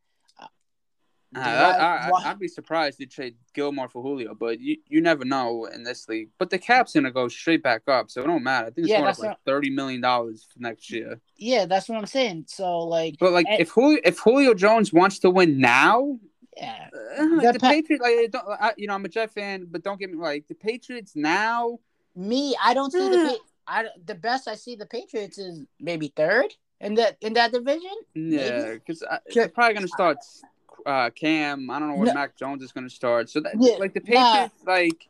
Uh,
Why-
I,
why-
I, I'd be surprised they trade Gilmore for Julio, but you, you never know in this league. But the cap's gonna go straight back up, so it don't matter. I think it's
Yeah,
going up
that's
like thirty million dollars next year.
yeah, that's what I'm saying. So like,
But like,
And-
if Julio if Julio Jones wants to win now,
yeah,
uh, like,
The
the
Pa-
Patriots, like, I don't, I, you know, I'm a Jet fan, but don't get me like the Patriots now.
me, I don't see the Pa- I the best I see the Patriots is maybe third in that in that division.
Yeah, because
Yeah.
they're probably gonna start uh, Cam. I don't know where
No.
Mac Jones is gonna start. So that
Yeah,
like the
nah.
Patriots, like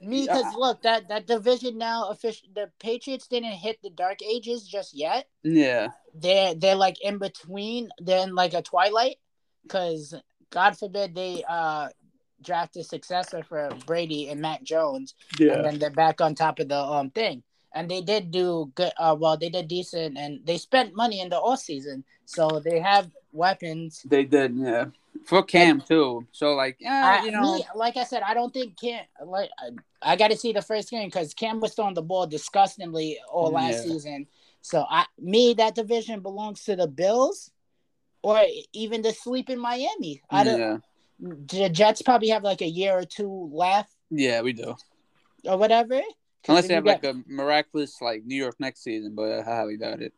Me,
Yeah.
because look, that that division now official. The Patriots didn't hit the dark ages just yet.
yeah,
they're they're like in between they're in like a twilight because god forbid they uh draft a successor for brady and mac jones and then they're back on top of the um thing and they did do good uh well they did decent and they spent money in the off season so they have weapons
They did, yeah. For Cam too. So like, yeah,
I,
you know,
me, like I said, I don't think Cam. Like I, I got to see the first game because Cam was throwing the ball disgustingly all last
Yeah.
season. So I, me, that division belongs to the Bills, or even the sleep in Miami. I don't.
yeah,
The Jets probably have like a year or two left
yeah, we do.
or whatever. 'Cause
Unless
then
they
you
have
got-
like a miraculous like New York next season, but I highly doubt it.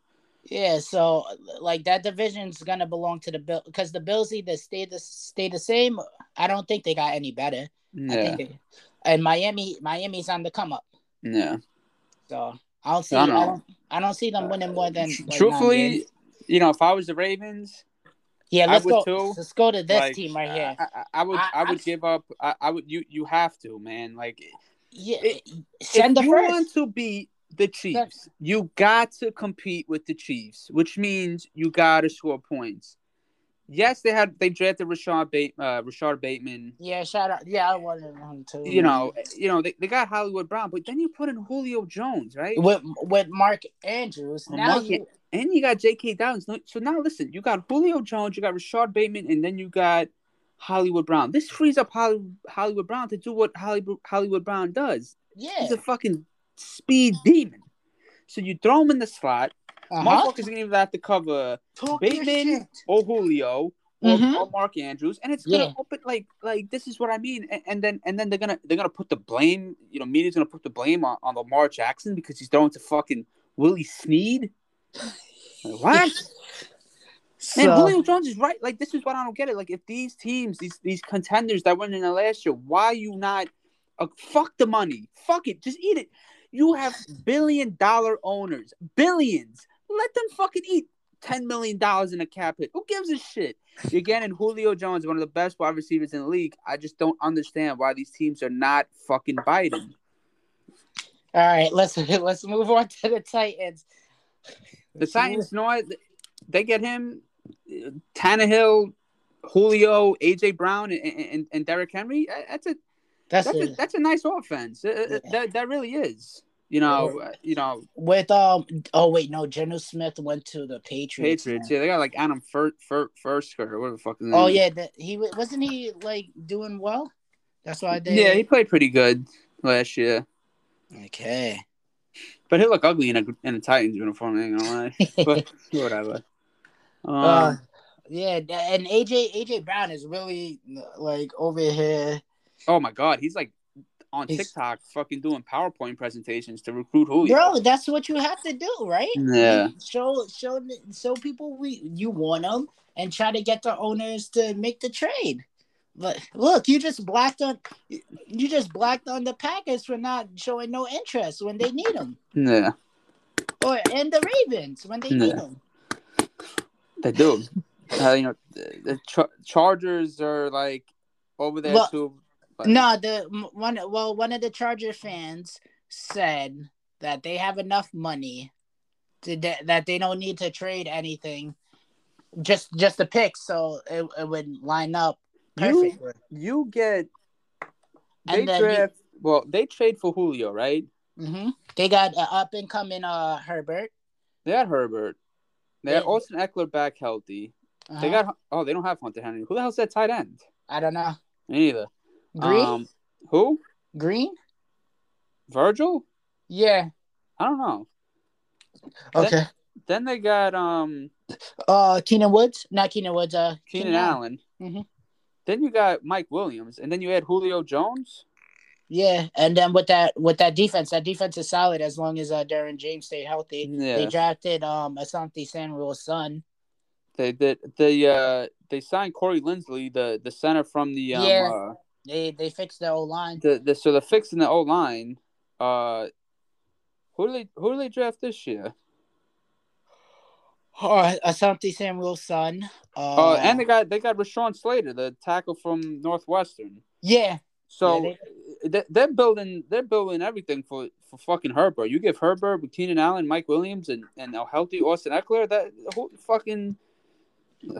Yeah, so like that division's gonna belong to the Bill because the Bills either stay the stay the same. I don't think they got any better. I
Yeah,
think they, and Miami, Miami's on the come up.
yeah.
So I don't see.
I
I
don't know.
don't. I don't see them winning more than. like, nine
Truthfully,
games.
you know, if I was the Ravens,
yeah.
I
Let's
would
go.
too.
Let's go to this
like,
team right here.
I, I, I would, I,
I-
would give up. I, I would. You, you have to, man. Like,
yeah.
it-
send
if
the
you
first.
want to beat the Chiefs, you got to compete with the Chiefs, which means you got to score points. Yes, they had they drafted Rashad ba- uh, Rashard Bateman.
yeah. Shout out. Yeah, I wanted him too.
You know, eh, you know they, they got Hollywood Brown, but then you put in Julio Jones, right?
with with Mark Andrews.
Well,
Now
Mark-
you.
And you got J.K. Downs. No- So now listen, you got Julio Jones, you got Rashad Bateman, and then you got Hollywood Brown. This frees up Holly- Hollywood Brown to do what Hollywood Hollywood Brown does.
Yeah.
He's a fucking speed demon. So you throw him in the slot.
Uh-huh.
Motherfuckers gonna either have to cover
Talk your
Bateman
shit.
or Julio or,
Mhm.
or Mark Andrews, and it's gonna
Yeah.
open like like this is what I mean. And, and then and then they're gonna they're gonna put the blame. You know, media's gonna put the blame on, on Lamar Jackson because he's throwing to fucking Willie Sneed. Like, what? Man,
So-
Julio Jones is right. Like, this is what I don't get it. Like, if these teams, these these contenders that went in the last year, why you not? Uh, fuck the money. Fuck it. Just eat it. You have billion dollar owners, billions. Let them fucking eat ten million dollars in a cap hit. Who gives a shit? You're getting Julio Jones, one of the best wide receivers in the league. I just don't understand why these teams are not fucking biting.
All right, let's let's move on to the Titans.
The Titans know it. They get him, uh, Tannehill, Julio, AJ Brown, and and, and Derrick Henry. Uh, That's a
That's,
that's a
it.
that's a nice offense. Uh, uh,
Yeah.
That that really is. You know, uh, you know,
with um. Oh wait, no. Geno Smith went to the Patriots.
Patriots.
man.
Yeah, they got like Adam Fur Fur Fursker or whatever the fuck. his
Oh
name is.
yeah, that he wa- wasn't he like doing well. That's why they.
yeah. He played pretty good last year,
Okay.
but he looked ugly in a in a Titans uniform. I ain't gonna lie, but whatever. Um,
Uh, yeah, th- and AJ AJ Brown is really uh, like over here.
oh my God, he's like on
he's-
TikTok, fucking doing PowerPoint presentations to recruit Julio.
Bro, that's what you have to do, right?
Oh, Yeah.
Show show show people we you want them and try to get the owners to make the trade. But look, you just blacked on you just blacked on the Packers for not showing no interest when they need them,
Yeah,
or and the Ravens when they need
Yeah.
them.
they do. Uh, you know, the, the Char- Chargers are like over there
Well,
too. but-
No, the m- one well one of the Charger fans said that they have enough money to, that that they don't need to trade anything, just just the picks, so it, it would line up
you
perfectly.
you get they
And then you-
draft. well, they trade for Julio, right?
hmm They got uh, up and coming uh Herbert.
They got Herbert. They got
They-
Austin Eckler back healthy.
Uh-huh.
They got oh, they don't have Hunter Henry. Who the hell's that tight end?
I don't know
Me neither.
Green
Um, who?
Green.
Virgil?
Yeah.
I don't know. That-
Okay.
Then they got um
Uh, Keenan Woods, not Keenan Woods. Uh,
Keenan Allen.
Mhm.
Then you got Mike Williams, and then you add Julio Jones.
Yeah, and then with that with that defense, that defense is solid as long as uh Darren James stay healthy.
Yeah.
They drafted um Asante Samuel's son.
They did. They uh they signed Corey Lindsley, the the center from the um,
Yeah.
uh,
They they fixed the O line.
the, the so they're fixing the O line. Uh, who do they who do they draft this year?
Oh, Asante Samuel's son. Uh,
Uh, and they got they got Rashawn Slater, the tackle from Northwestern.
yeah,
So
Yeah,
they, they're building they're building everything for for fucking Herbert. You give Herbert, with Keenan Allen, Mike Williams, and and a healthy Austin Eckler. That who fucking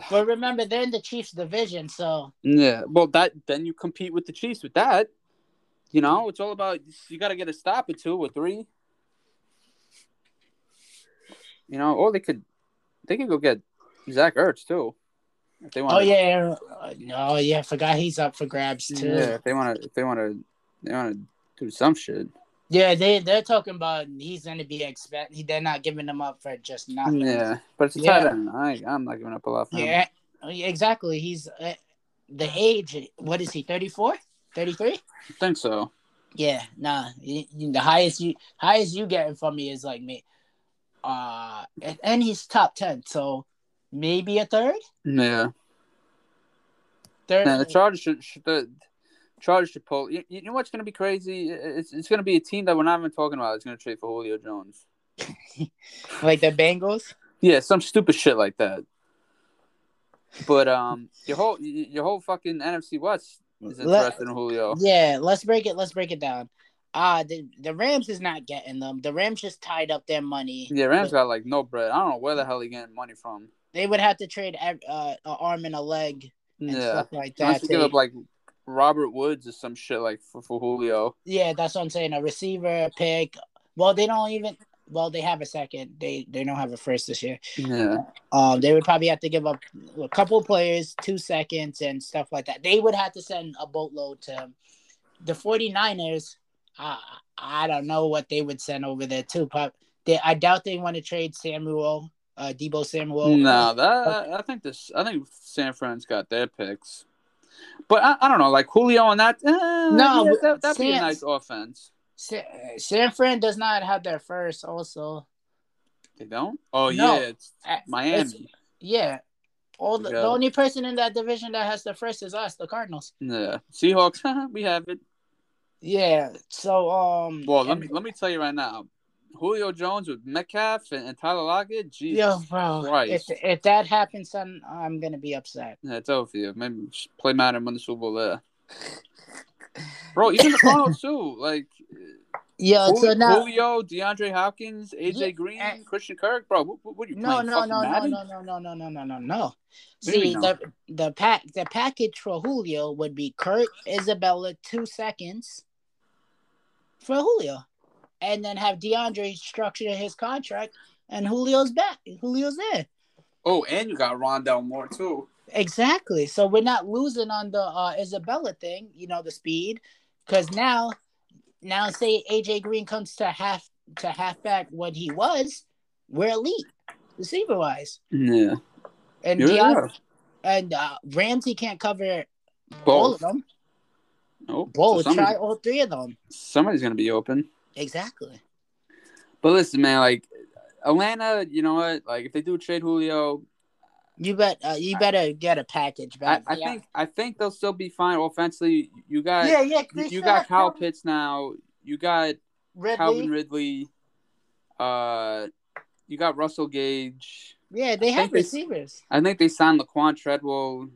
but remember they're in the Chiefs division, so
yeah. Well, that then you compete with the Chiefs with that. You know, it's all about you got to get a stop or two or three. You know, or they could they could go get Zach Ertz too if they want.
oh yeah, Uh, oh yeah, forgot he's up for grabs too.
Yeah, if they want to, if they want to, they want to do some shit.
Yeah, they they're talking about he's gonna be expect. They're not giving him up for just nothing.
Yeah, but it's a tight end. I, I'm not giving up a lot for him.
Yeah, exactly. He's uh, the age. What is he? 34? 33?
I think so.
Yeah, nah. You- you- the highest you highest you getting from me is like me. Uh, and, and he's top ten, so maybe a third.
Yeah.
Third.
Now the Chargers should, should the Chargers should pull. You, you know what's going to be crazy? It's it's going to be a team that we're not even talking about. It's going to trade for Julio Jones.
like the Bengals.
Yeah, some stupid shit like that. But um, your whole y- your whole fucking NFC West is
Let-
interested in Julio.
Yeah, let's break it. Let's break it down. Uh the the Rams is not getting them. The Rams just tied up their money.
Yeah, Rams got like no bread. I don't know where the hell he getting money from.
They would have to trade ev- uh, an arm and a leg and
Yeah,
stuff like
unless
that.
you give
to-
up like Robert Woods or some shit like for, for Julio.
yeah, that's what I'm saying. A receiver a pick. Well, they don't even. Well, they have a second. They they don't have a first this year.
Yeah,
Um, they would probably have to give up a couple players, two seconds, and stuff like that. They would have to send a boatload to him. The 49ers, I, I don't know what they would send over there, too. Pop. They, I doubt they want to trade Samuel, uh, Debo Samuel.
no, that I think this. I think San Fran's got their picks, but I, I don't know, like Julio and that. eh,
No,
yeah,
but
that, that'd be a
San-
nice offense.
Sa- San Fran does not have their first, also.
They don't.
No.
Oh yeah, it's
Uh, it's-
Miami.
yeah. All the,
Yeah.
the only person in that division that has the first is us, the Cardinals.
Yeah, Seahawks. we have it.
Yeah. So, um,
Well, let me let me tell you right now, Julio Jones with Metcalf and, and Tyler Lockett. Jesus,
Yo, bro,
Christ.
if if that happens, son, I'm gonna be upset.
Yeah, it's over for you. Maybe we should play Madden and win the Super Bowl there. Bro, even the Cardinals too. Like
Yo,
Julio,
Uh, so now,
Julio, DeAndre Hopkins, AJ
Yeah,
Green,
and-
Christian Kirk. Bro, what, what are you
no,
playing?
no,
fucking
no, no,
Madden?
no, no, no, no, no, no, no, no.
What do you
See,
mean,
the the pack the package for Julio would be Kurt Isabella two seconds for Julio, and then have DeAndre structure his contract, and Julio's back. Julio's there.
Oh, and you got Rondell Moore too.
Exactly. So we're not losing on the uh, Isabella thing, you know, the speed, because now, now say AJ Green comes to half to halfback what he was, we're elite receiver wise,
Yeah,
and
you
Deion-
are.
and uh, Ramsey can't cover all of
Both.
them.
Oh, so
Both
somebody-
try all three of them.
somebody's gonna be open.
Exactly.
But listen, man, like Atlanta, you know what? Like if they do trade Julio,
You bet. Uh, you better get a package
I,
back.
I
yeah.
think I think they'll still be fine offensively. You got
yeah, yeah.
you,
they
you
still
got
have
Kyle Pitts now. You got
Ridley.
Calvin Ridley. Uh, you got Russell Gage.
Yeah, they
I
have
think they-
receivers.
I think they signed Laquan Treadwell.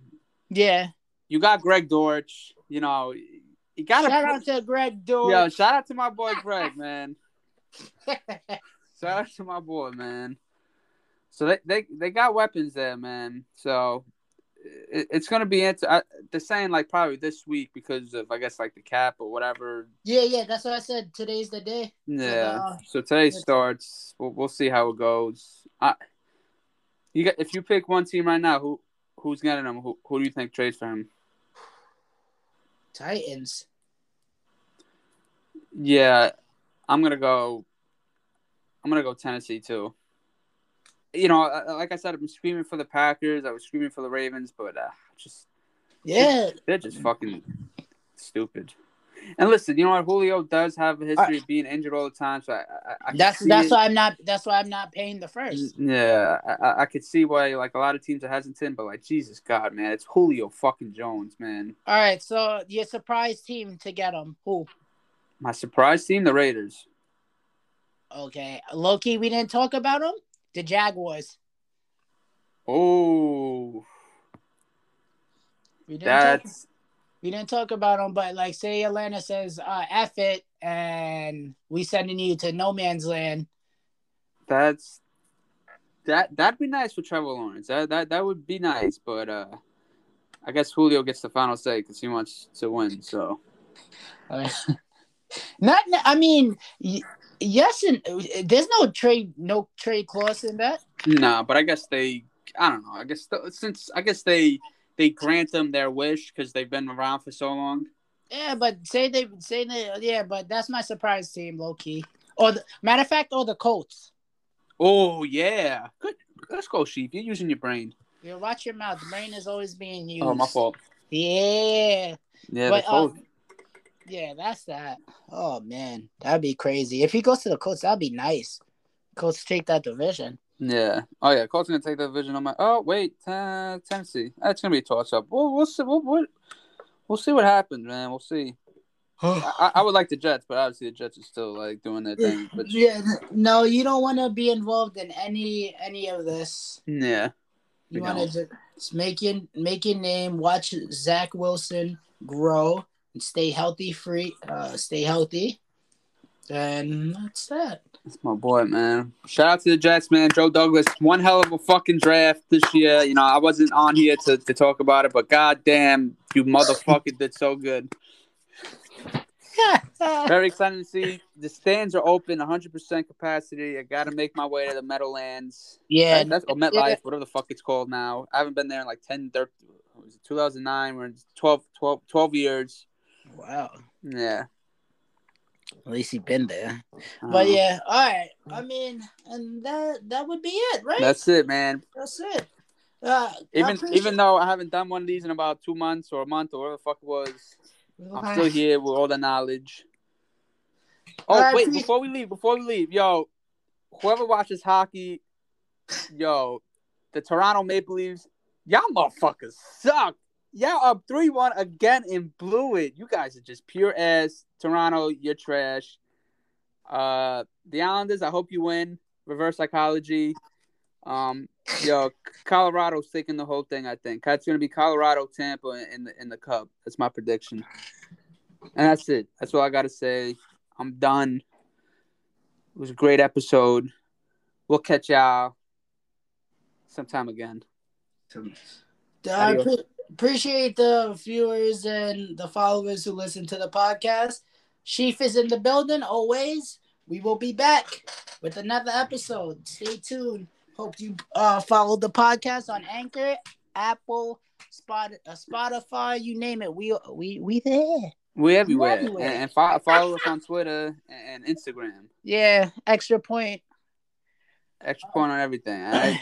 Yeah.
You got Greg Dortch. You know, you got
Shout out to Greg Dortch.
Yo, shout out to my boy Greg, man. Shout out to my boy, man. So they they, they got weapons there, man. So it, it's gonna be into. I, they're saying like probably this week because of I guess like the cap or whatever.
Yeah, yeah, that's what I said. Today's the day.
Yeah.
uh,
So today
it's-
starts. We'll, we'll see how it goes. I, you got if you pick one team right now, who who's getting him? Who who do you think trades for him?
Titans.
Yeah, I'm gonna go. I'm gonna go Tennessee too. You know, I- I- like I said, I'm screaming for the Packers. I was screaming for the Ravens, but uh, just
Yeah.
they're just fucking stupid. And listen, you know what? Julio does have a history of being injured all the time, so I, I, I can
That's
see
that's
it. Mm.
why I'm not that's why I'm not paying the first.
Yeah, I- I, I could see why like a lot of teams are hesitant, but like Jesus God, man, it's Julio fucking Jones, man.
All right, so your surprise team to get them. Who?
My surprise team, the Raiders.
Okay. Loki, we didn't talk about them. The Jaguars.
Oh,
We didn't talk,
that's
we didn't talk about them, but like say Atlanta says uh F it and we sending you to no man's land.
that's that that'd be nice for Trevor Lawrence. That that that would be nice, but uh, I guess Julio gets the final say because he wants to win. So
Not I mean y- yes and there's no trade no trade clause in that.
Nah, but I guess they. I don't know. I guess th- since I guess they they grant them their wish because they've been around for so long.
Yeah, but say they say they yeah, but that's my surprise team, low key. Or the, matter of fact, or the Colts.
Oh yeah, good. Let's go, sheep. You're using your brain.
Yeah, watch your mouth. Brain is always being used.
Oh, my fault.
Yeah.
Yeah,
But, um,
the Colts.
Yeah, that's that. Oh man, that'd be crazy. If he goes to the Colts, that'd be nice. Colts take that division.
yeah. Oh yeah, Colts gonna take that division. I'm like, oh wait, uh, Tennessee. That's gonna be a toss up. We'll, we'll see. We'll, we'll, we'll see what happens, man. We'll see. I, I would like the Jets, but obviously the Jets are still like doing their thing. But
yeah, no, you don't want to be involved in any any of this.
yeah,
You
We
want to just, just make your make your name. Watch Zach Wilson grow and stay healthy. Free, uh, stay healthy, and that's that.
that's my boy, man. Shout out to the Jets, man. Joe Douglas, one hell of a fucking draft this year. You know, I wasn't on here to, to talk about it, but goddamn, you motherfucker did so good. Very excited to see. The stands are open, 100% capacity. I got to make my way to the Meadowlands.
yeah,
That- that's or MetLife, whatever the fuck it's called now. I haven't been there in like 10, 13, what was it 2009, we're in 12, 12, 12 years.
Wow,
Yeah.
at least you've been there.
Um,
But yeah, all right. I mean, and that that would be it, right?
That's it, man.
That's it. Uh, I
Even
appreciate-
even though I haven't done one of these in about two months or a month or whatever the fuck it was, I'm still here with all the knowledge. Oh
Alright,
wait,
peace.
before we leave, before we leave, yo, whoever watches hockey, yo, the Toronto Maple Leafs, y'all motherfuckers suck. Y'all up three one again and blew it. You guys are just pure ass. Toronto, you're trash. Uh, the Islanders, I hope you win. Reverse psychology. Um, yo, Colorado's taking the whole thing. I think it's gonna be Colorado, Tampa, in the in the Cup. That's my prediction. And that's it. That's all I gotta say. I'm done. It was a great episode. We'll catch y'all sometime again.
I appre- appreciate the viewers and the followers who listen to the podcast. Chief is in the building always. We will be back with another episode. Stay tuned. Hope you uh, follow the podcast on Anchor, Apple, Spot, uh, Spotify, you name it. We we we there.
We're everywhere.
everywhere.
And, and fo- follow us on Twitter and, and Instagram.
Yeah, extra point.
Extra point on everything. All right?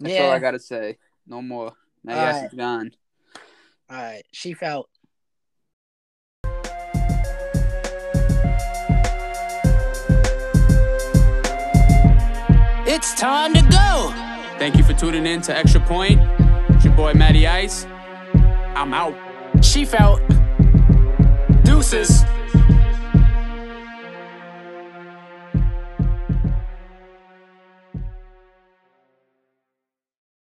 That's all
Yeah.
I gotta say. No more. Now
All
yes,
right.
it's gone.
All right, Chief out.
It's time to go.
Thank you for tuning in to Extra Point. It's your boy Matty Ice. I'm out.
Chief out. Deuces.